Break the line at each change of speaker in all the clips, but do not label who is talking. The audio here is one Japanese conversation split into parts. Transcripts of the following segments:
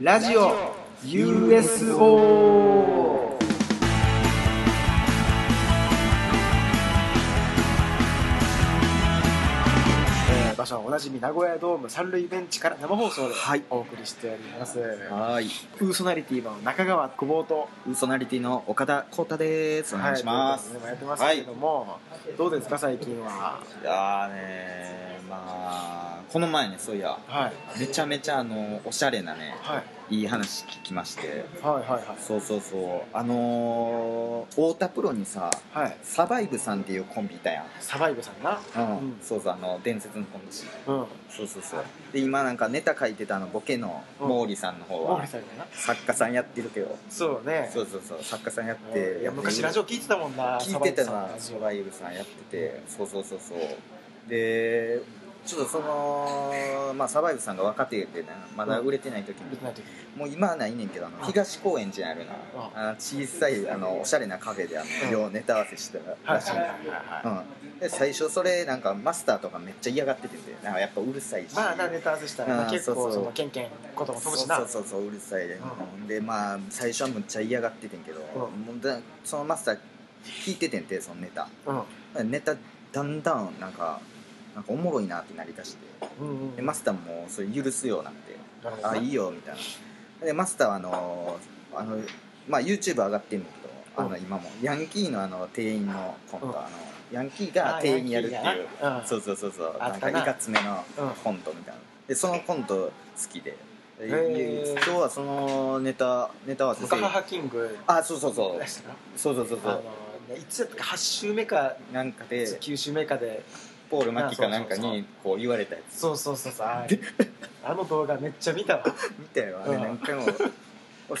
ラジオ USO えー場所はおなじみ名古屋ドーム三塁ベンチから生放送でお送りしております、
はーい。
ウーソナリティの中川久保と
ウーソナリティの岡田光太です。お願いします。
はいということでねやってますけれども、どうですか最近は
はい、いやーねー、まあ、この前ね、そういや、
はい
めちゃめちゃあの、おしゃれなね、
はい
いい話聞きまして、
はいはい
そうそうそう、あのー、太田プロにさ、
はいはい
サバイブさんっていうコンビいたやん。
サバイブさんな
うん、
うん
そうそう、あの、伝説のコン
う
ビ。
ん
そうそうそう。で、今なんかネタ書いてたあの、ボケの毛利さんの方
大
は
森、さんだな
作家さんやってるけど、
そうね
そうそうそう、作家さんやっ
うん
て、
いや昔ラジオ聞いてたもんな
聞いてたな
サ
サ
バイ
バイブさんやっててそうそうそうそうでちょっとその、まあ、サバイブさんが若手でねまだ売れてない時
ブ
に、
さん出てない時
もう今はないねんけどあの
あ
東高円寺にあるなあの小さいあのおしゃれなカフェであ
うん
のようネタ合わせしてた
はい
らし
はいいはいは
うん、で最初それなんかマスターとかめっちゃ嫌がってててなんかやっぱうるさいし
いまあなネタ合わせしたら
う
なん結
そ
構
う
そ
そう
のケンケン言葉飛ぶしな
そうそうそうそううるさいで、
う
でまあ最初はむっちゃ嫌がっててんけど、
ん
もうだそのマスター聞いててんてそのネタ
うん
ネタだんだんなんかなんかおもろいなってなりだして
うんうん
でマスターもそれ許すようになって
なるほ
「
ど
あ
ない
いよ」みたいなでマスターはあのあの、まあ、YouTube 上がってんだけどあ
う
の
ん
今もヤンキーのあの店員のコン
うん
トあのヤンキーが店員にやるって
あヤン
いう
キーがなうん
そうそうそうそう
あ
な
っ
んか
た
い
な
かつめの
うん
コントみたいなでそのコント好きでで
へー
今日はそのネタネタ合わせ
ム
せ
カハハキング
あそうそうそう
でしたか
そうそうそう
あ
そ
の
う
ねいつやったか8週目か
なんかで
9週目かで
ポール・マキかなんかにこう言われたやつ
そうそうそうそうあれ あの動画めっちゃ見たわ
見たよあれ
うん
何回も 俺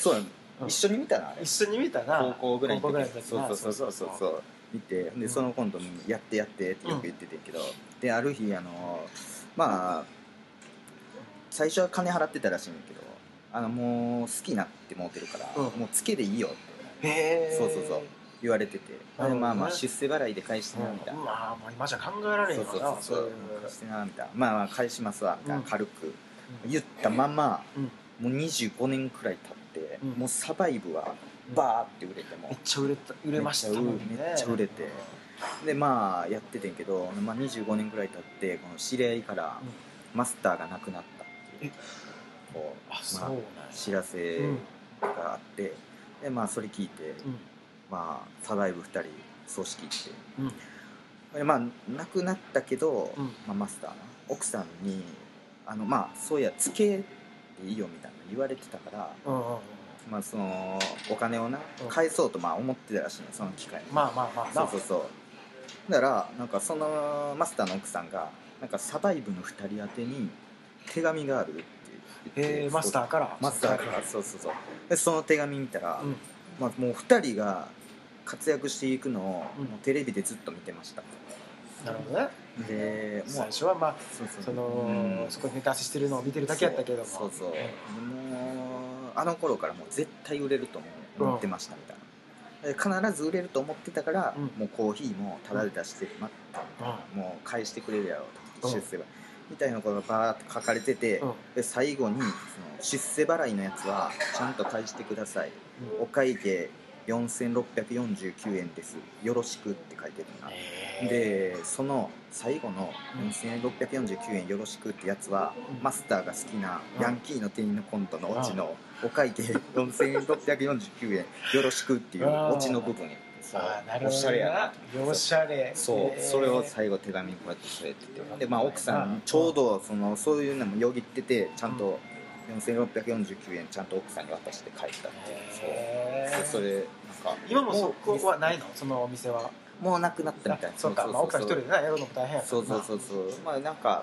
そうなの
うん
一緒に見たなあれ
一緒に見たな
高校ぐらいの
高校
時
ぐらいの時
そうそうそうそうそうそう見て
うん
でその今度やってやってってよく言っててんけどである日あのまあ最初は金払ってたらしいんだけどあのもう好きになってもうてるから
うん
もうつけでいいよって
へえ
そうそうそう言われてて
なるほどね
でまあまあ出世払いで返してなみたいな
まあまあ今じゃ考えられん
そ
よ
う
な
そうそうそう
いう
返してなみたいなまあまあ返しますわみたいな
うん
軽く
うん
言ったまま
うん
もう25年くらい経って、
うん
もうサバイブはバーって売れても
めっ、ちゃ売れた売れました
めっちゃ売
もんね
めっちゃ売れてでまあやっててんけど、まあ、25年くらい経ってこの知り合いからマスターが亡くなったっていう,、こう
あそう
ま
なんや
あ知らせ
うん
があって、でまあそれ聞いて、まあサバイブ2人葬式行って
うんうん
でまあ亡くなったけど、
うん
まあ、マスターな奥さんにあのまあそういやつけていいよみたいな言われてたから
うんうんうん
まあ、そのお金をな
うん
返そうとまあ思ってたらしいねその機会に、
まあまあまあ
そうそうそうだからなんかそのマスターの奥さんがなんかサバイブの2人宛てに手紙があるって言って
へえマスタ
ー
ーから
マスターからそうそうそうでその手紙見たら、
うん
まあ、もう2人が活躍していくのを
うん
もうテレビでずっと見てました、
なるほどね
でも
最
う
初はまあ
そうそう
その
うん
そこにネタ合わせしてるのを見てるだけやったけども
そうそうそう
うん
もうあの頃からもう絶対売れると思う思ってましたみたいな、で必ず売れると思ってたから、
うん
もうコーヒーもタダで出して待ったみたいな、もう返してくれるやろうと
うん
出世払いみたいなことがバーッと書かれてて、
うん
で最後にその出世払いのやつはちゃんと返してください
うん
お会計4649円ですよろしくって書いてるな
へえ
でその最後の
うん
4649円よろしくってやつは、
うん
マスターが好きな
うん
ヤンキーの店員のコントのオチのお会計4649円よろしくっていう
あー
オチの部分やってそう
あーなるほどな
おしゃれやなと思って
おしゃれ
そう
へえ
それを最後手紙にこうやって添えててでまあ奥さ
うんん
ちょうどそのそういうのもよぎっててちゃんと4649円ちゃんと奥さんに渡して帰ったっていう
へ
そう
え
そそれなんか
今もそこはないのそのお店は
もうなくなったみたい
あそうかまあ奥さん一人でなやるのも大変やからな
そうそうそうそうまあなんか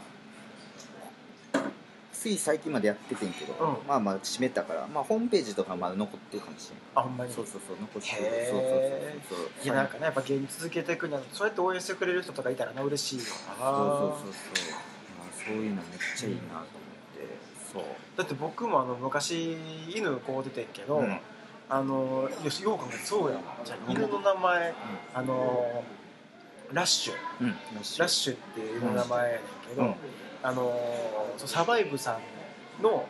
つい最近までやっててんけど、
うん
まあまあ閉めたから、まあ、ホームページとかまだ残ってるかもしれない
あほんまに
そうそうそう残ってる
へ
そう
ー
そうそう
いやなんかねやっぱ芸人続けていくにはそうやって応援してくれる人とかいたらな嬉しいよな
そうそうそうそうまあそういうのめっちゃいいなと思ってそう
だって僕もあの昔犬こう出てんけど、
うん
あのよしよう考えてそうやわじゃあ犬の名前あのラッシュ
うんラッシュ
ラッシュっていう犬の名前やねんけど、
うん
あのそうサバイブさんの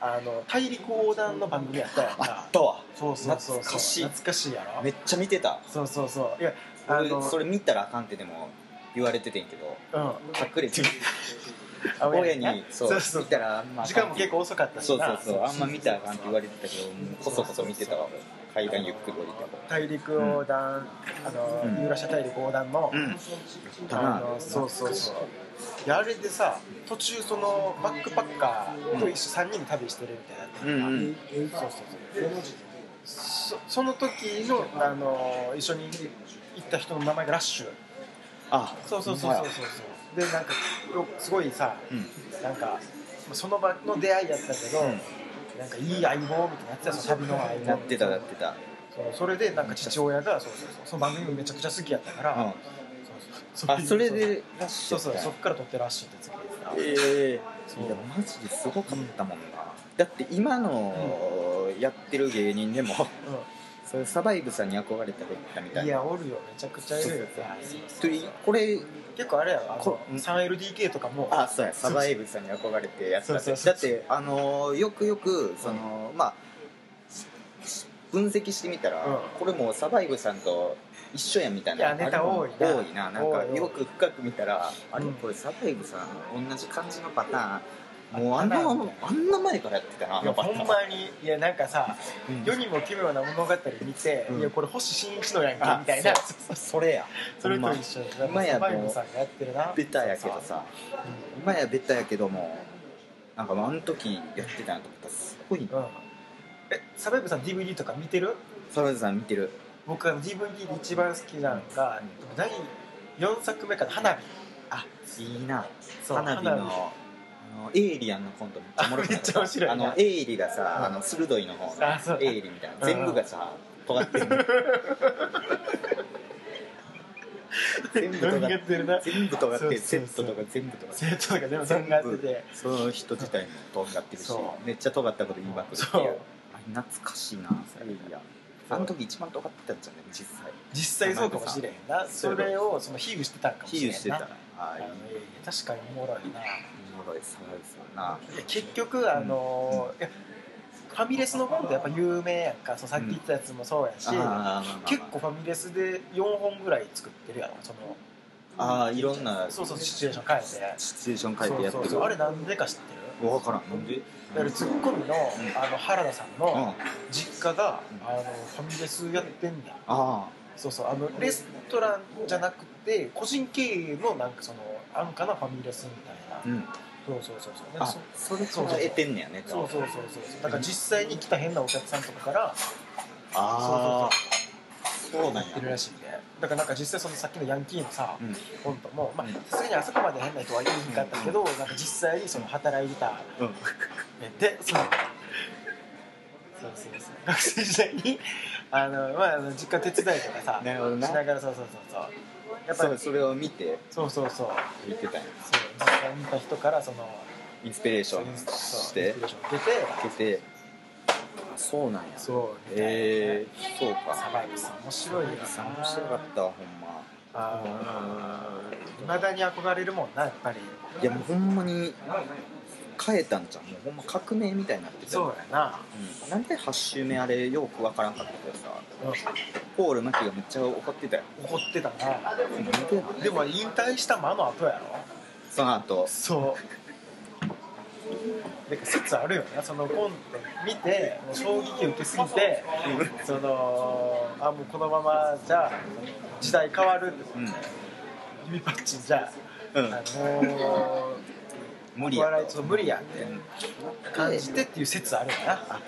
あの大陸横断の番組やったやん
あ
か
ったわ
そうそうそうそう
懐かしい
懐かしいやろ
めっちゃ見てた
そうそうそういやあ
俺
の
それ見たらあかんってでも言われててんけど
うん
隠れて
あ
親
な
に
そう
そ
そうう
見たらあんまあ
時
か
間
んっ
も
て
結構遅かったし
そう
な
そうそうあんま見たらあかんって言われてたけどもうこそこそ見てたわ階段ゆっくり降りて
大陸横断、あの
うん
ユーラシア大陸横断の、
うんだ
あ
な
のそうそうそういやあれでさ途中そのバックパッカーと一緒3人で旅してるみたいな
うんうん
そうそうそうそその時のあの一緒に行った人の名前がラッシュ
あ
そうそうそうそうそうそうでなんかよすごいさ
うん
なんかその場の出会いやったけど、なんかいい相棒みたいなやってたその旅の相棒
なってたなってた
そうそれでなんか父親がそうそうそうその番組めちゃくちゃ好きやったから、
う
そ
ん
うそう
あそれでラッシ
そう
ュ
そうそ
や
っ
っ
から撮ってらっしゃってつけてた
たええ
そう
いやマジですごかったもんなだって今のやってる芸人でもそれサバイブさんに憧れてたみた
うん、い
いな
やおるよめちゃくちゃいるよ
そうそう
はいそうそう
といこれ
結構あれやわあ
こ
の 3LDK とかも
あそうやサバイブさんに憧れてやったって
そうそうそう
だってあのーよくよくその、まあ分析してみたら、
うん
これもうサバイブさんと一緒やみたいない
やネタ多いな
な多いななんか
多い多い
よく深く見たらあれ
うん
これサバイブさん同じ感じのパターンもう
あ
あ
っ
ん
た
な
な
あんな前からやってたないあ
や
のパタ
ほ
ーン
んまにいやなんかさ
うん
世にも奇妙な物語見て、
うん
いやこれ星新一のやんけ
あ
みたいな
そうそうそれや
それ
ほん
と
ま
一緒で
ほんまや
サバイブさんがやってるな
ベタやけどさ今やベタやけどもなんかあの時やってたなと思ったらすごい
うん、うんえサバイブさん DVD とか見てる
サバイブさん見てる
僕あの DVD で一番好きなのが、第4作目かな花火
あいいな
そう
花火のあのエイリアンのコントめっ ちゃおもろくな
あめっちゃ面白いな
あのエイリが
うん
さあの鋭いの方
あそう
のエイリみたい
うん
な全部がさ尖って るの全部
尖
尖
っ
って
てるな
全部尖っ
そう
て
そ
セ
う
ッ
そ
ト
う
とか全部尖って
生徒とか全部
全
全
部
がってて
その人自体も尖ってるし
そ
めっちゃ尖ったこと言いまくるってい
そう
うあれ懐かしいなエイリアンあの時一番尖ってたんじゃない実際
実際そうかもしれへんなそ
そう
れをその比喩してたんかもし
比
れへん
喩
な
してた
あ
ああいい
のいやいや確かにおもろいない
おもろいサラリさんな
や結局あの、いやファミレスのコントやっぱ有名やんかそうさっき言ったやつもそうやし、
あー
結構ファミレスで4本ぐらい作ってるやろその
ああいろんな
そうそうシチュエーション変えて
シチュエーション変えてやって
そう
る
そうそうあれなんでか知ってる
分からんなんで
だからツッコミのあの原田さん
うん
の
あ
実家が
うん
あのファミレスやってんねん
あ
そうそうあのレストランじゃなくて個人経営のなんかその安価なファミレスみたいな、
うん
そうそうそうそう
あ
そ
それから得てんねやね
そうそうそうそうだから実際に来た変なお客さんとかから
ああそうなん
いる
や
らしいんでだからなんか実際そのさっきのヤンキーのさ
うん
コントもまあさすがにあそこまで変な人はいいんかったけど、なんか実際にその働いてた
うん
でそうそうそうそう学生時代にあの、まあ、あの実家手伝いとかさ
なるほどな
しながらそうそうそうそうやっぱ
そう
り
それを見て
そうそうそうそう
言ってたんや
実際にいた人からその
インスピレーシ
そう
ョ
イン
ン
スピ
し
レ
て
ーション受けて
受けてあそうなんや
そうみたいなね
ええそう
サ
か
バイブさん面白いよな
さ面白かったわほんま
あいまだに憧れるもんなやっぱり
いやもうほんまに変えたんじゃんもうほんま革命みたいになってた
そうやな、
うんなんで8周目あれよくわからんかったけどさ
うん
ポール・マキがめっちゃ怒ってたよ
怒ってたな
なんでなん
でも引退した間の後やろ
その後
そう。なんか説あるよな、そのコント見て、もう衝撃受けすぎて、その、あ、もうこのままじゃあ、時代変わる、
うん、
指パッチンじゃ、
う
あ
ん、
の
無
ー、
理
お
や
笑いちょっと無理やっ
う
て
ん
感じてっていう説あるよな。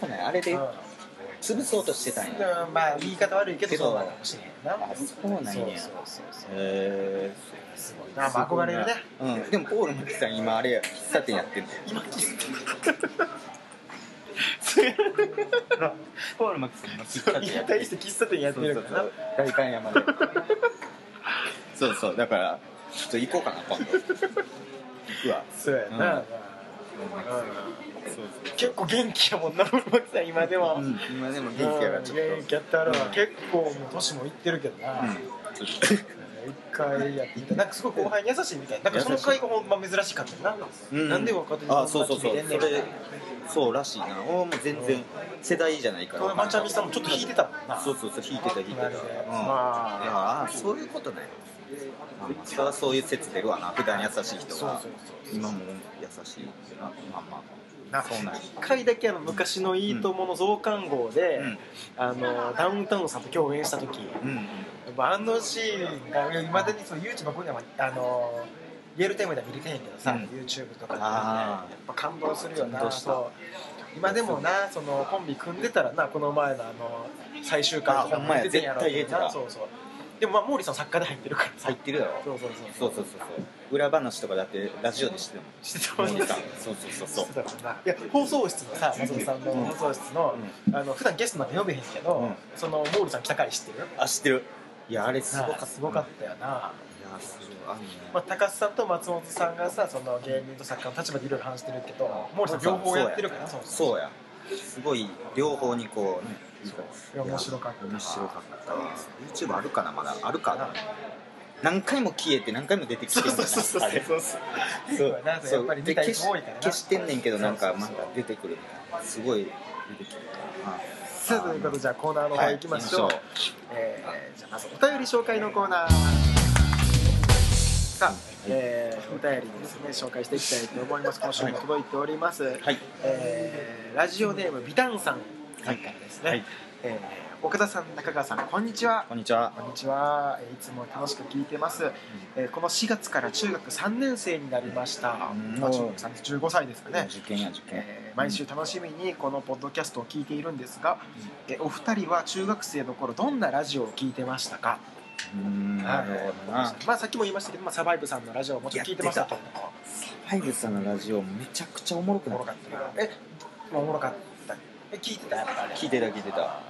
そうなんやあれで
う
潰そうとしてたん
ん、
や
まあ言い方悪いけど
けど
そうなのかもしれへんな
あそうなんや
そうそうそう
へえ
すごいな、まあ、憧れるね
うんでもポール・マキさん今あれや喫茶店やってんだよ
今気づいた
ポール・マキさん今喫
引退して喫茶店やってるからな
大観山でそうそうだからちょっと行こうかな今度行くわ
そうやな、
うんそうそう
結構元気やもんな森脇さん今でも、
うん、今でも元気やからちょっ
うん元気やったら、
うん
結構もう年もいってるけどな、
と、うん、ちょっと
一回やっていたなんかすごい後輩に優しいみたいなんかその会がほんま珍しかったよな、
うん
なんで若手に
あそうそうそう
こんな決めれんねんみたいな
そそうらしいな俺もう全然世代じゃないから
これまちゃみさんもちょっと引いてたもんな
そうそうそう引いてた引いてた、
マ
うん
ジで
いやああそういうことね、まあまあ、それはそういう説出るわな普段優しい人
そう
が
そうそう
今も優しいってなまあま
な
あそうなんや
一回だけあの昔の「いいとも!」の増刊号で、
うん
あのダウンタウンさんと共演した時や
うんうん
っぱあのシーンがいまだにその YouTube 僕にはあのリアルタイムでは見れてへんけどさ、
うん
YouTube とかで、ね、や
あー
っぱ感動するよな
感動した
そう今でもなそのコンビ組んでたらなこの前のあの最終回とか
あほんまや
出てんやろうけど
絶対出てた
そうそうでもまあ毛利さん作家で入ってるからさ
入ってるやろ
そうそうそ
そううそうそうそう裏話とかだってラジオでしてたもん
してた
モ
もん
ニ
ね
ターそうそうそうそう
してたもんないや放送室のさ松本さんの
うん
放送室の、あの普段ゲストなんて呼べへんけど、
うん
その毛利さん来た回知ってる
あ知ってるいやあれすごかった
すごかったよな、
いやすごいあのね
まあ、高須さんと松本さんがさその芸人と作家の立場でいろいろ話してるけど毛利さん両方やってるからそうそう
そうやすごい両方にこうね
いや面白かった
面白かったわ YouTube あるかなまだあるかな何回も消えて何回も出てきてんだな
そうそうそうそう
あれ
そうそうなんかやっぱり見た人多いからな
で消し消してんねんけどなんか
そう
ま
そう
だ
そう
出てくるみたいなすごい出てきてる
さあということでじゃあコーナーの方行きましょう、
はい行き
えーじゃあまずお便り紹介のコーナーさあ、えーお便りですね紹介していきたいと思います今週も届いております、
はい
えーラジオネームビタンさんさんからですね、
はい
えー岡田さん中川さんこんにちは
こんにちは
こんにちは。えーいつも楽しく聞いてます。えーこの4月から中学3年生になりました。
うん
まあ、中学3年15歳ですかね。
受験や受験
えー毎週楽しみにこのポッドキャストを聞いているんですが、えーお二人は中学生の頃どんなラジオを聞いてましたか、
うーんなるほどな
まあ、さっきも言いましたけど、まあ、サバイブさんのラジオをもちろん聞いてましたと
ハイブさんのラジオめちゃくちゃおもろく
お
な
も
っ
ろ
た
かったなえ、まあおもろかったえ聞いてたやっぱり
聞いてた聞いてた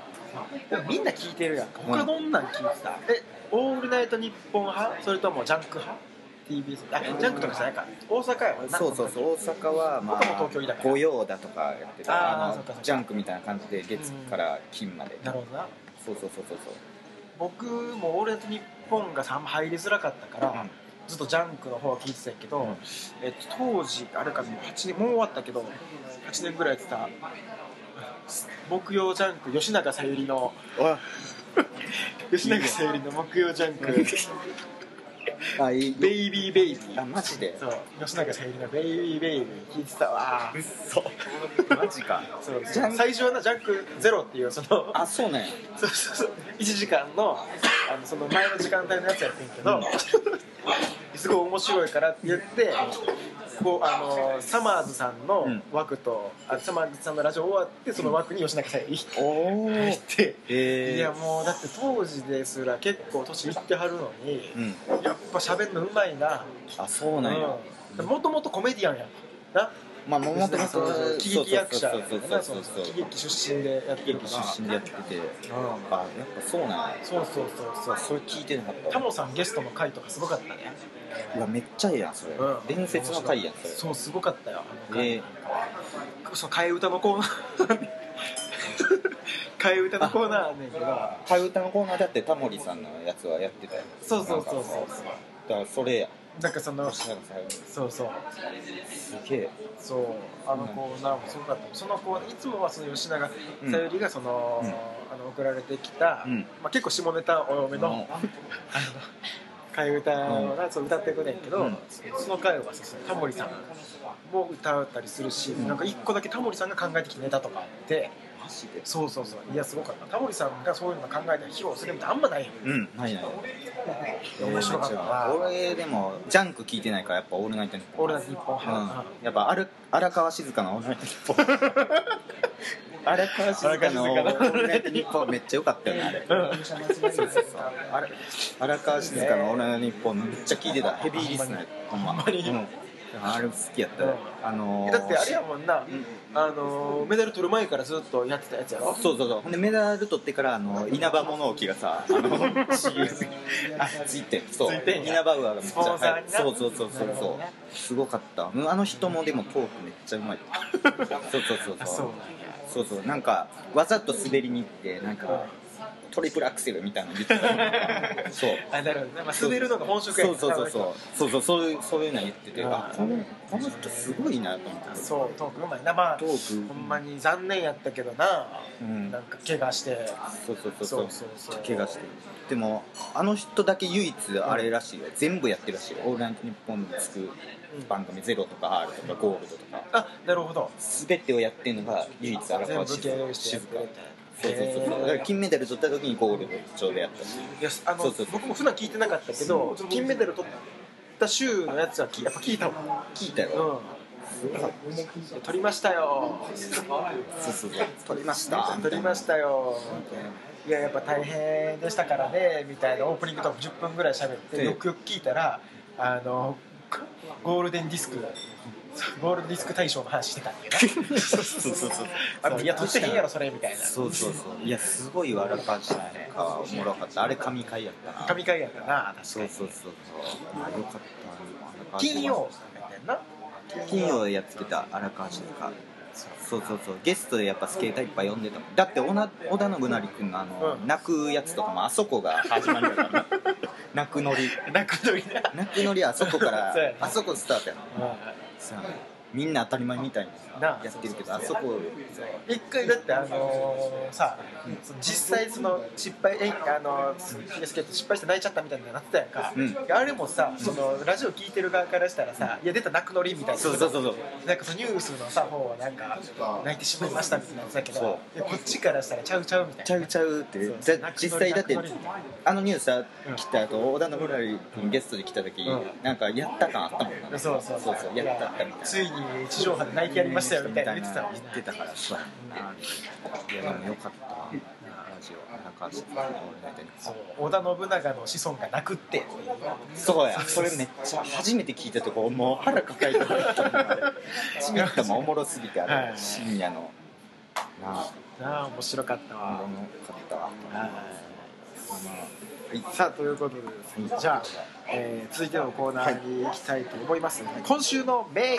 でもみんな聞いてるやんか
うん
他どんなん聞いてた、えオールナイトニッポン派それともジャンク派 TBS あジャンクとかじゃないか大阪やもんな
そうそうそうう大阪はまあ
僕も東京以来
御用だとかやっ
あ
て
ー
たあ
そっかそっ
の
か
ジャンクみたいな感じで月から金まで
なるほどな
そうそうそうそうそう
僕もオールナイトニッポンがあんま入りづらかったから、
うん
ずっとジャンクの方は聞いてたんやけど、
うん
えっと、当時あれかもう8年もう終わったけど8年ぐらいやってた木曜ジャンク吉永小百合の吉永小百合の木曜ジャンク
ああいい
ベイビーベイビー
あマジで
そう吉永小百合の「ベイビーベイビー」聞いてたわ
そマジか
そう
ジャンク
最初はな「ジャンクゼロっていうその
あそうね
そうそうそう1時間のあのその前の時間帯のやつやってんけど、すごい面白いからって言ってこうあのサマーズさんの枠と、あサマーズさんのラジオ終わってその枠に吉永小百合
おお
入って。
え
いやもうだって当時ですら結構年いってはるのに、
うん
やっぱ喋るのうまいな
あそうなんや
もともとコメディアンやからな
まあもともと
喜劇役者やか
そう
ら
そう
な
そ
そうの
そうそう
喜劇出身でやって
喜
るか
劇
ら
出身でやってて
うん
あやっぱそうなんや
そうそうそうそ
それ聞いてなかった
う
わ
タモさんゲストの回とかすごかったね
うわめっちゃええやんそれ、
うん
伝説の回やんそれ
そうすごかったよあの回、
え
その替え歌のコーナー 替え歌のコーナーやねんけど
替え歌のコーナーだってタモリさんのやつはやってたよ
そうそうそう
なん
そ
かだからそれや
うなんかその
吉永さん
そうそう
すげえ
そうあのコーナーもすごかったそのコーナーいつもはその吉永小百合がその、
うん
あの送られてきた、
うん
まあ、結構下ネタ多めの、替え歌をな、そう歌ってくれんけど、
うん
その回はさそのタモリさんも歌ったりするし、なんか一個だけタモリさんが考えてきたネタとかあって
マジで
そうそうそういやすごかったタモリさんがそういうの考えたら披露するみたいなあんまないよ
うんないない
面白かったな
俺でもジャンク聞いてないからやっぱオールナイトニッポン
俺ら日本
うん
派、
やっぱある荒川静香のオールナイトニッポン 荒川静香のオールナイトニッポンめっちゃ良かったよねあれそうそうそうあれ荒川静香の「オールナイトニッポン」めっちゃ聞いてたヘビーリスナー ほんま
ほんまに
うんあれ好きやったよあのー
だってあれやもんな、
ん
あのメダル取る前からずっとやってたやつやろ
そうそうそうほんでメダル取ってからあの稲葉物置がさ あの CM あついてんそう
ついてんや
稲葉ウアがめっちゃ
スポンサーにな
そうそうそうそ
な
う
るほ
そ
どね
うすごかったうんあの人もでもトークめっちゃうまい そうそうそう
あ
そ
そう
う
なんや
そうそうなんかわざと滑りに行ってなんかトリプルアクセルみたいなの言っ てたそう
あなるほどね、まあ、滑るのが本職や
そうそうそう
う
そうそうそうそういうそういうの言ってて
うん
あこのこの人すごいなと思って
そうトークうまいなまあ
トーク
ほんまに残念やったけどな、
うん
なんか怪我して
そうそうそうそ
そ
う
うそうそう
怪我してでもあの人だけ唯一あれらしいよ、全部やってるらしいよ「オールナイトニッポン」につく番組「ゼロとか「R」とか「ゴールド」とか
あなるほど
全てをやってるのが唯一荒
全部
川
受
静
け入れ
香
る人
静
やっ
香
てくれて
そうそうそうだから
へー
金メダル取った時にゴールドちょうどやったし
いやあの
そうそうそう
僕も普段聞いてなかったけど金メダル取った週のやつはきやっぱ聞いたもん
聞いたよ、
うん取りましたよ
そうそうそう取りました
取りま
し
したよいややっぱ大変でしたからねみたいなオープニングトーク10分ぐらい喋って
で
よくよく聞いたらあのゴールデンディスクゴールデンディスク大賞の話してたんだ よね
そうそうそうそう
あのいや取ってへんやろそれみたいな
そうそうそういやすごい荒川静香おもろかったあれ神回やったな
神回やったな確か
そう
に
そうそうそうあよかった
金曜やったよな
金曜やってた荒川静香そうそうそうゲストでやっぱスケーターいっぱい呼んでたもんだって織田織田信成君のあの、
うん
泣くやつとかもあそこが 始まりだからね泣くノリ
泣くのにな
泣くノリあそこか
そうや
ら
ね
あそこスタートやん
うん
さみんな当たり前みたいに
なあ
やってるけどあそこ
一回だってあのーさ、その実際その失敗えあのーフィギュアスケート失敗して泣いちゃったみたいになってたやんか、
うん
あれもさそのラジオ聞いてる側からしたらさ、いや出た泣くのりみたいな
そうそうそうそう
なんかそのニュースのさ方はなんか泣いてしまいましたみたいなやつだけど
そ
いやこっちからしたらちゃうちゃうみたいな
ちゃうちゃうって
そう
じゃ実際だって
泣くノリ
あのニュースさ来た後織田信成君ゲストで来た時、
うん
なんかやった感あったもんな
そうそう
そうそうやったったみたいな
ついに地上波で泣いてやりましたよみたいな言ってたもんね
言ってたからそうやんないやでもよかったなラジオ荒川静香のオールナイトニッポ
そ
ン
う織田信長の子孫が泣くってっていう
そうやそれめっちゃ初めて聞いたとこもう腹抱 えて笑ったもんあれ初めて聞いたもんおもろすぎてあ
は
れ
い
深夜のなあ
なあ面白かった
お
わ、
もろかったわ
さあということでですねじゃあ、えー続いてのコーナーに行きたいと思います、今週の名言ね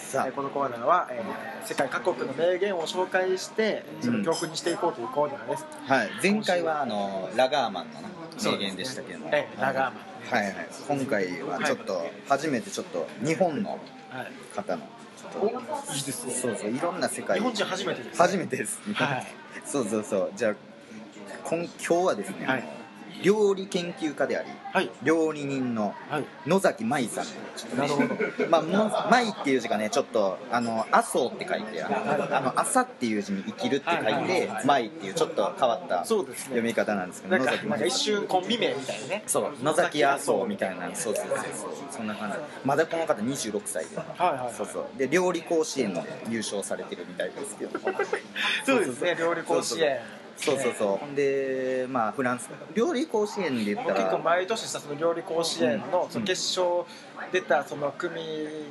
さあ
えーこのコーナーは、えー世界各国の名言を紹介してその教訓にしていこうというコーナーです、
はい前回はあのラガーマンのな
そう
名
ですね
言でしたけども
ええラガーマン
はいはい今回はちょっと初めてちょっと日本の
はい、
方のちょっ
おいいです
と
ね
そうそういろんな世界
日本人初めてです、
初めてです
はい
そうそうそうじゃあ今今日はですね、
はい
料理研究家であり
はい
料理人の
はい
野崎舞さん
なるほど
まあも「舞」っていう字がねちょっと「あの麻生」って書いてあのあの「朝」っていう字に「生きる」って書いて「
はいはいはい
舞」っていうちょっと変わった
そうですね
読み方なんですけど
なん
野
か
崎
なんか
舞
一
さん
瞬コンビ名みたいなね
そう野崎麻生みたいなそうそうそうそうそんな感じまだこの方26歳で。
はいはい、はい、
そうそうで料理甲子園も優勝されてるみたいですけど
そうですね料理甲子園
そうそうそう。ほんで、まあ、フランス、料理甲子園で言っ
僕
た
結構
ら、
毎年さその料理甲子園の
うん
その決勝出たその組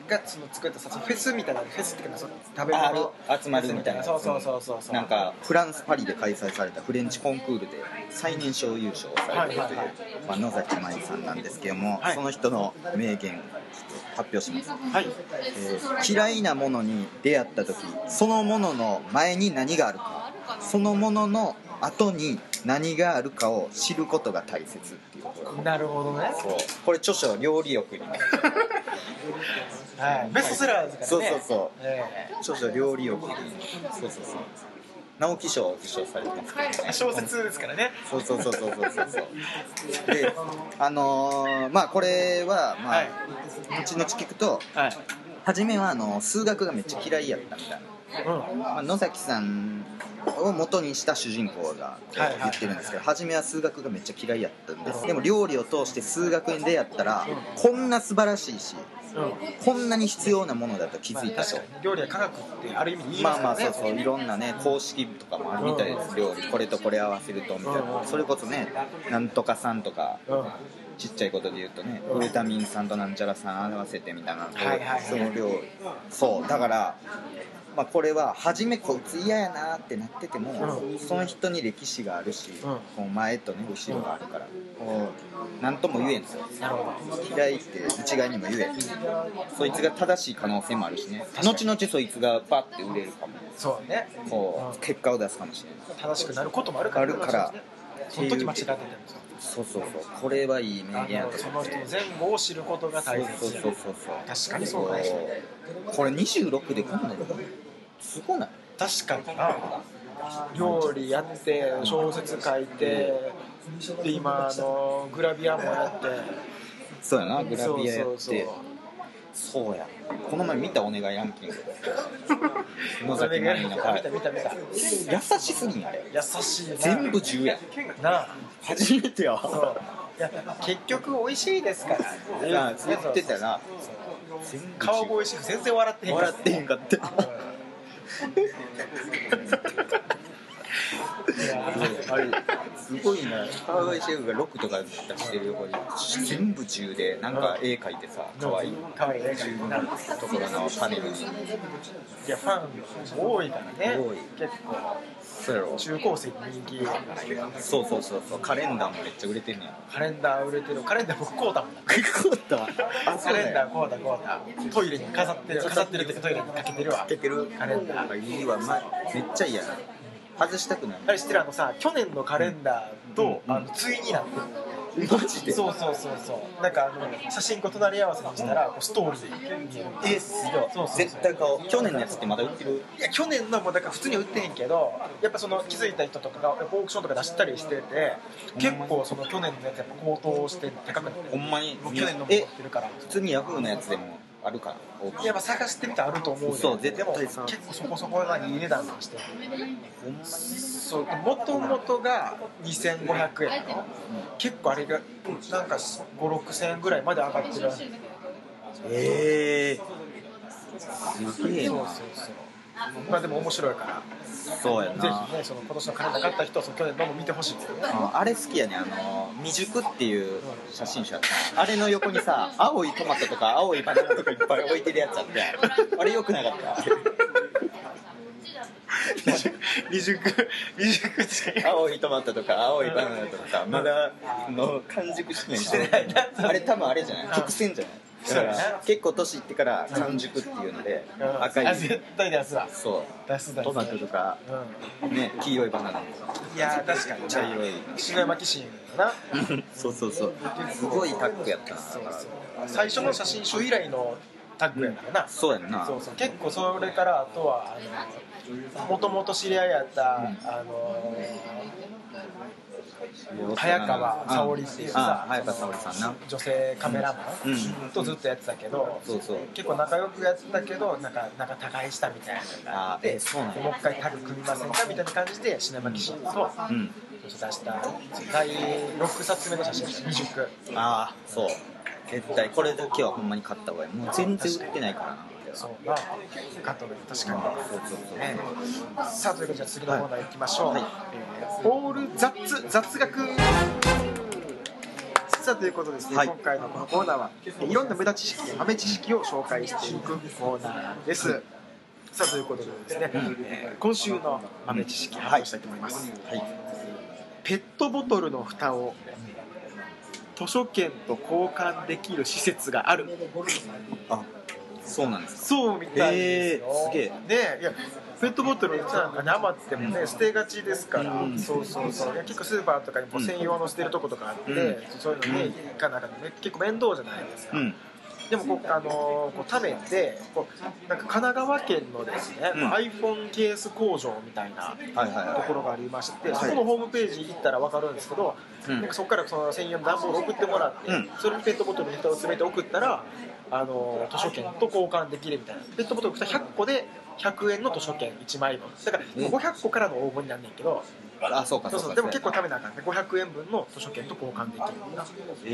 がその作ったさそのフェスみたいなフェスっていうかその食べ
あ
物
る集まるみたいな。
そうそうそうそうそう
なんか、フランス・パリで開催されたフレンチコンクールで最年少優勝をされているという、
はいはい
まあ、野崎舞さんなんですけども、
はい
その人の名言、ちょっと発表します。
はい
えー嫌いなものに出会った時そのものの前に何があるかそのものの後に何があるかを知ることが大切っていうこと
なるほどね
そうこれ著書料理欲に
はいベストセラーですからね
そうそうそう
え
著書料理欲にそうそうそう直木賞を受賞されてますから
え
ね
小説ですからね
そうそうそうそうそうそうそうであのーまあこれはまあ、
はい
後々聞くと
はい
初めはあの数学がめっちゃ嫌いやったみたいな
うん
まあ、野崎さんを元にした主人公がこう
はいはい
言ってるんですけど初めは数学がめっちゃ嫌いやったんですでも料理を通して数学に出会ったらこんな素晴らしいし
うん
こんなに必要なものだと気
まあ
づいた
確
と
か。に料理は科学ってある意味で言いま
ます
か
あま
ら
あ
ね
そうそういろんなね公式とかもあるみたいです料理これとこれ合わせるとみたいなそれこそねなんとかさんとか
うん
ちっちゃいことで言うとねグルタミン酸となんちゃら酸合わせてみたいな、
はいはいはい
その量そうだからまあ、これは初めこいつ嫌やなってなってても、
う
その人に歴史があるし、
うん
こう前とね後ろがあるから、こうなんとも言えんすよ
なるほど
嫌いって一概にも言えんそいつが正しい可能性もあるしね後々そいつがバッて売れるかも
そうね
こ
うん
う結果を出すかもしれない
正しくなることもあるから
あるから
その時間違ってても
そうそうそうこれはいい名
あ
言や
の
と
そ
思
の
っ
人
て
の前後を知ることが
そう
大
そう
切
そうそう
確かにそうだね
こうこれ26でこんなにすごない
確かにな料理やって小説書いてで今あのグラビアもやって
そうやなグラビアやっ
そ
てそうう
そうそう
やこの前見たお願いラン キング野
それ
崎
が
まり
見
の
た
は
見
い
た見た見た
優しすぎんあれ
優しいな
全部10や
なあ
初めてや
そういや結局美味しいですから
な言ってたな全部10
川越シェフ全然笑ってへん
笑ってへんかった
いや
あれすごいな川越シェフがロックとか出してる横に全部10でなんか絵描いてさかわいい
かわいいね
ところのパネルに
いやファンも多いからね
多い
結構
そうやろ
中高生に人気
そうそうそうそうカレンダーもめっちゃ売れてん ねや
カレンダー売れてるカレンダー僕こうだもん
クイックだ
カレンダーこうだこうだトイレに飾ってる飾ってるっていうかトイレにかけてるわ
開けてるカレンダーいいわ、ま、めっちゃ嫌な外したくない
あれ知ってるあのさ去年のカレンダーと、
うん
あの対になってる
マジで
そうそうそうそうなんかあの写真こう隣り合わせにしたら、こうストーリーにえっすよそうそうそう
絶対買おう去年のやつってまだ売ってる
いや去年のもだから普通に売ってへんけどやっぱその気づいた人とかがやっぱオークションとか出したりしてて結構その去年のやつやっぱ高騰して高くなって
ほ
る
んまに
もう去年のも売っ
え
てるから
普通にヤフーのやつでもあるからオークシ
や
ョ
っ
ン
ぱ探してみたらあると思うよ
そう絶
でも
対
結
さ
構そこそこがいい値段してる
ほんまに
そうもともとが2500円なの、結構あれがなんか56000円ぐらいまで上がってるらしい
ええすげえ
そう
な
そうそうまあでも面白いか
そうや
らぜ
な
ひねその今年のカレンダー買った人はその去年のも見てほしいですよね
ああれ好きやねあの未熟っていう写真集あったあれの横にさ青いトマトとか青いバナナとかいっぱい置いてるやつあ ってあれよくなかった
未熟 未熟って
青いトマトとか青いバナナとかさまだあの完熟してない
してない
あれ多分あれじゃない
うん
伏線じゃないだか
そうやな
ら結構年いってから完熟っていうので
うん
赤
あ
い
絶対出すわ
そ
出す出
う
す
トマトとかね黄色いバナナとか
うん、いやー確かに
茶色い
篠山紀信だな
そうそうそうすごいタッグやったな
そうそう最初の写真集以来のタッグやからな、
そうやんな
そうそう結構それからあとはもともと知り合いやった、あの早川沙織っていうさ
あ早川沙織さんな
女性カメラマ
うん
ンとずっとやってたけど、
そうそう
結構仲良くやってたけどなんかなんか他界したみたいなのがあって
あえそうなんや
もう一回タッグ組みませんかみたいな感じで篠山紀信と
うん
出した第6冊目の写真集20句
ああそう絶対これだけはほんまに買った方がいいもう全然売ってないからな
そうなカットで確かに
あそうそうそう
ねさあということでじゃあ次のコーナー行きましょう、
はい
えーオール雑雑学さあということですね、
はい
今回のこのコーナーはえーいろんな無駄知識豆知識を紹介していくコーナーです、さあということでですね、えー今週の豆知識発表したいと思います、
はい
ペットボトルの蓋を図書券と交換できる施設がある
あそうなんですか
そうみたいですよ、
えーすげえ
ねいやペットボトルなんかね余ってもね捨てがちですから、
うん
そうそうそういや結構スーパーとかにも
うん
専用の捨てるとことかあって、
うん
そういうのね行かなかったね結構面倒じゃないですか、
うん
でもこう、あのーこう貯めてこうなんか神奈川県のですね、
うん
iPhone ケース工場みたいな
はい
とこ
はいは
ろがありまして、
はい
そこのホームページ行ったら分かるんですけど、
う
な
ん
んかそこからその専用の段ボール送ってもらって、
うん
それにペットボトルの蓋を全て送ったらあの図書券と交換できるみたいなペットボトル蓋100個で100円の図書券1枚分だから
うん
500個からの応募になんねんけど、
いあそうか
そ
そ
そ
うう
う
か
でも結構食べなあかんね500円分の図書券と交換できるみたいな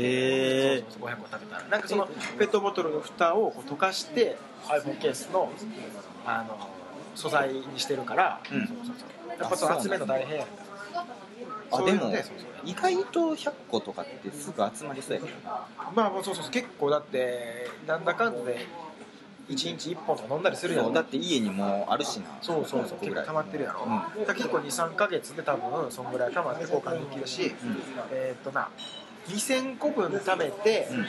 そうそうそう
え
500個食べたらなんかそのペットボトルの蓋をこう溶かして iPhone ケースのあの素材にしてるから、
うん
そうそうそうやっぱその集めるの大変やん
あ
そうい
で
うの
も
ねそうそう
意外と100個とかってすぐ集まりそうやけどな
まあまあそうそうそう結構だってなんだかんだで1日1本とか飲んだりするや
そ
ん
うだって家にもうあるしな
そうそうそう結構溜まってるやろ、
うん
だから結構23か月で多分そんぐらい溜まって交換できるし、えーっとな2000個分貯めて
うん
送っ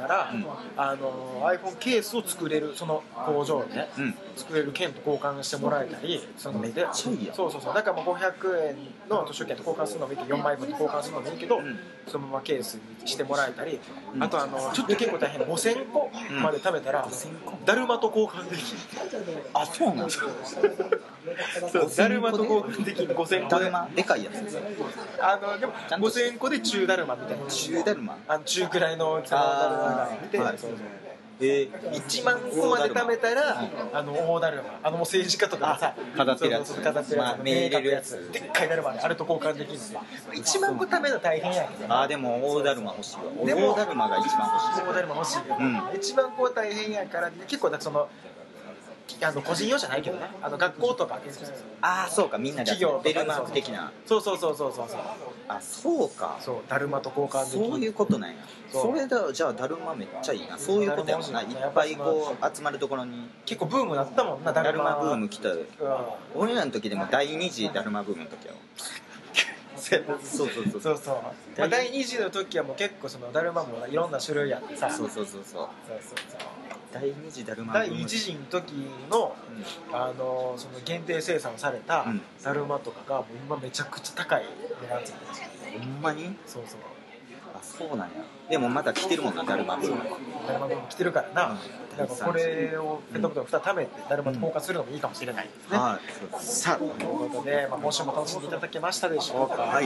たら、
うん
あの iPhone ケースを作れるその工場で、ね
うん、うん
作れる券と交換してもらえたりその
めっちゃいいやん
そうそうそうだからまあ500円の図書券と交換するのもいいけど4枚分と交換するのもいいけど、
うん
そのままケースにしてもらえたり、
うん
あとあのちょっと結構大変な5000個
うん
まで貯めたら、だるまと交換できる
あそうなんですか
そうだるまと交
こ
換できる5000個
だ
で
るまでかいやつですね
あのでも
ちゃんと
5000個で中だるまみたいな
中だるま
あの中くらいの大きさのだるまがあって、
あーはい
そうそう
え
1万個まで貯めたら、あの大だるまあのもう政治家とかがさ
あ飾ってるやつ
そうそう飾ってるやつ、
まあ目入れるやつ
でっかいだるまであれと交換できるんですよ1万個貯めるの大変やけど
ああでも大だるま欲しいわ
でも
大だるまが一番欲しい
大だるま欲しいよ、
う
一番こう大変やから結構だからそのあの個人用じゃないけどねあの学校とか
ああそうかみんなで
企業とか
ベルマーク的な
そうそうそうそうそうそう
あそうか
そうだるまと交換できる
そういうことなんや
そう
それだじゃあだるまめっちゃいいなそういうことやもん
だ
な
る
いっ
ま欲しい
ぱいこう集まるところに
結構ブームなったもんなだ
だ
る
る
ま
まブーム来た
うん
俺らの時でも第二次だるまブームの時やわそうそうそうそ
そううそう、まあ、第2次の時はもう結構そのだるまもいろんな種類やってさ
そうそうそうそう
そうそうそう
第二次だるまブー
第
ム
1次の時の
うん
あのその限定生産された
うん
だるまとかがもう今めちゃくちゃ高い値段ついてるんですよ
ほんまに
そうそう
あそうなんやでもまだ来てるもんなだるまブーム
だるまも来てるからな、
うん
だからこれをペットボトル2貯めてだるまと交換するのもいいかもしれないですね、
はいそうです
さあということで、まあ、今週も楽しんでいただけましたでしょうか、
はい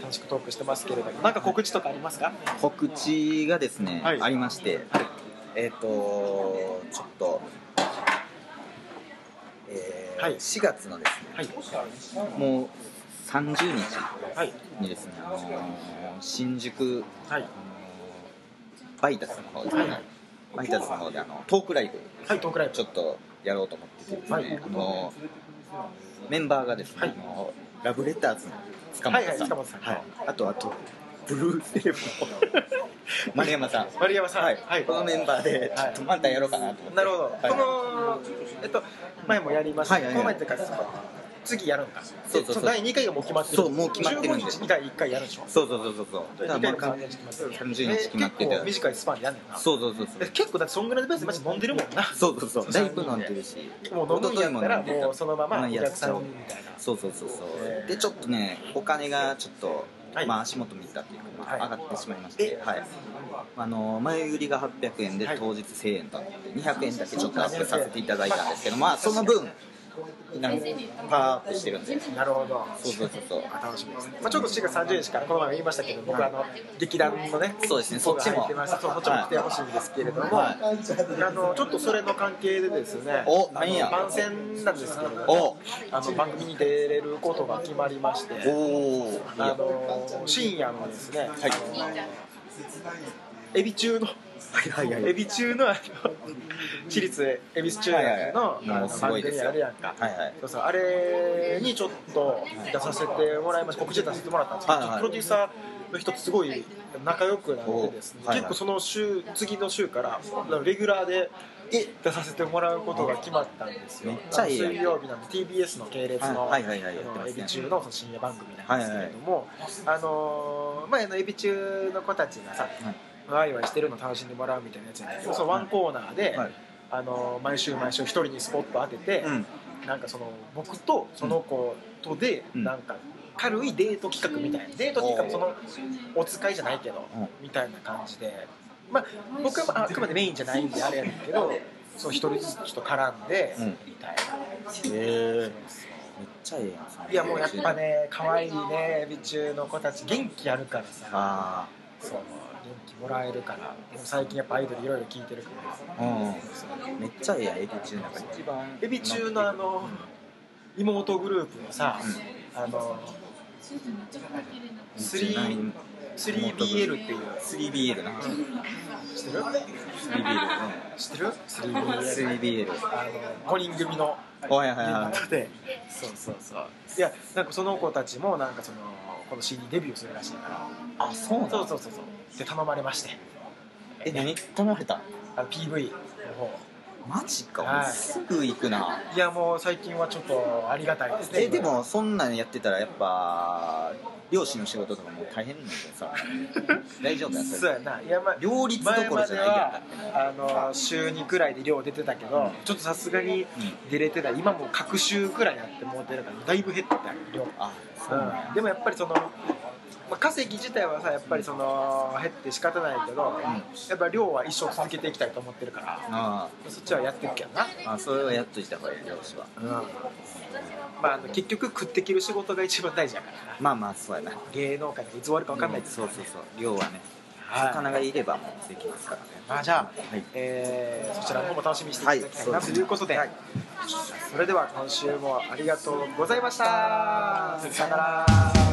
楽しくトークしてますけれどもなんか告知とかありますか
告知がですね、
はい
ありまして、えっ、とちょっと、えー
はい
4月のですね、
はい
もう30日
はい
にですね、あのー新宿、
はい
あのーバイタスの方ですね、
はい
バイタスの方であのトークライブ
はいトークライブ
ちょっとやろうと思っててですね、
はい
あのーメンバーがですね、
はい
あのーラブレターズの塚本
はいは
さん,、
い塚本さん
はいあとあとブルーセ レブの丸山さん
丸山さん
はい、このメンバーでちょっとまたやろうかなと思って、
なるほど、
はい
このえっと前もやりました、
はいはいは
こ
い
の前っていうかその次やるんか
そうそうそう
の第2回がもう決まってる
そうもう決まってるんで
15日に第1回やるでしょ
そうそうそうそうそうだ
2
か
回
ら
の
まあ
三日決まってる
30日決まってて
えー結構短いスパンでやんねんな
そうそうそうそ
え
う
結構だってそんぐらいのペースでマジ飲んでるもんな
そうそうそうだいぶ飲んでるし
もう飲むんやったら
一昨日も飲んでた
もうそのまま
うん
お
やっ
客
ち
さん
ゃお
に
う
みたいな
そうそうそうそう
えー
でちょっとねお金がちょっと、
はい
まあ、足元見たっていうか、まあ
はい
上がってしまいまして
え、
はいあの前売りが800円で
はい
当日1000円となって200円だけちょっとアップさせていただいたんですけどまあその分なんかパワーアップしてるんで
なるほど
そうそうそうそう
あ楽しみですね、まあ、ちょっと4月30日からこの前も言いましたけど僕あの劇団のね
そうですね
方が
そっちも
入てましたそうそっちも来てほしいんですけれども、
はい
あのちょっとそれの関係でですね
お
あ
何や
の番宣なんですけれど
お
もあの番組に出れることが決まりまして
おお
あの深夜のですね、
い
あのエビ中の
はいはいはい
エビ中のあの私立恵比寿中学の
は
あ
いはいはいも
の
うすごい
番
で
組
すよ
あるやんか
はいはい
そうそうあれにちょっと出させてもらいました告知で出させてもらったんですけど、
はいはい
プロデューサーの人とすごい仲良くなってですね、
おはいは
結
い
構その週次の週からレギュラーで出させてもらうことが決まったんですよ
めっちゃいいやん
水曜日なんで TBS の系列の
はいはいはいはいやって
あ
ま
の
すね
エビ中のその深夜番組なんですけれども、あのー前のエビ中の子たちがさ、ワイワイしてるの楽しんでもらうみたいなやつなんだけどそのワンコーナーで、
はい
あのー毎週毎週一人にスポット当てて、
うん
なんかその僕とその子とで
うん
なんか軽いデート企画みたいなデート企
お
画
ー
そのお使いじゃないけど
うん
みたいな感じでまあ僕はまああくまでメインじゃないんであれやねんけどそう一人ずつ人絡んで
うん
みたい
へえめっちゃええやんそれ
ないやもうやっぱね可愛いねエビ中の子たち元気あるからさ
あ
そう元気もらえるからでも最近やっぱアイドルいろいろ聞いてるから
あうんめっちゃええやんエビ中の中で一番
エビ中のあの妹グループのさ、あの 3- 3BL っていう
3BL な
知ってる
3BL
知ってる
うん
3BL
3BL
あの5人組の
はいはい
ユニ
は
ットでそうそうそういやなんかその子たちもなんかそのこの CD デビューするらしいから
いあそうなの
そうそうそうそうで頼まれまして
え何頼まれた
あの PV の方
マジか、
はい
俺すぐ行くな。
いやもう最近はちょっとありがたいですね
え、でも、そんなんやってたら、やっぱ、漁師の仕事とかもう大変なんで さ、大丈夫だよ、そ
そう
れ。
やないやまあ
両立ど
前
ころ
ま
じ
で
ゃないやんだ
は
って。
あの週2くらいで量出てたけど、ちょっとさすがに出れてない今もう隔週くらいやってもう出るからだいぶ減ったよ量
あ、そうなんや
うんでもやっぱりその、まあ、稼ぎ自体はさやっぱりその減って仕方ないけど、やっぱ量は一生続けていきたいと思ってるから
あ
そっちはやってるけどな、
あ、あそれはやっといた方がいい、漁師は。
まあ、あの結局食ってきる仕事が一番大事だからな
まあまあ、そうやな。
芸能界がいつ終わるか分かんないです
そ
か
う
らね
そうそう、漁はね、
はい
魚がいればもうできますからね。
まあじゃあ、
はい
えーそちらの方も楽しみにしていただきたいな
はい
ということで、それでは今週もありがとうございました。さよなら。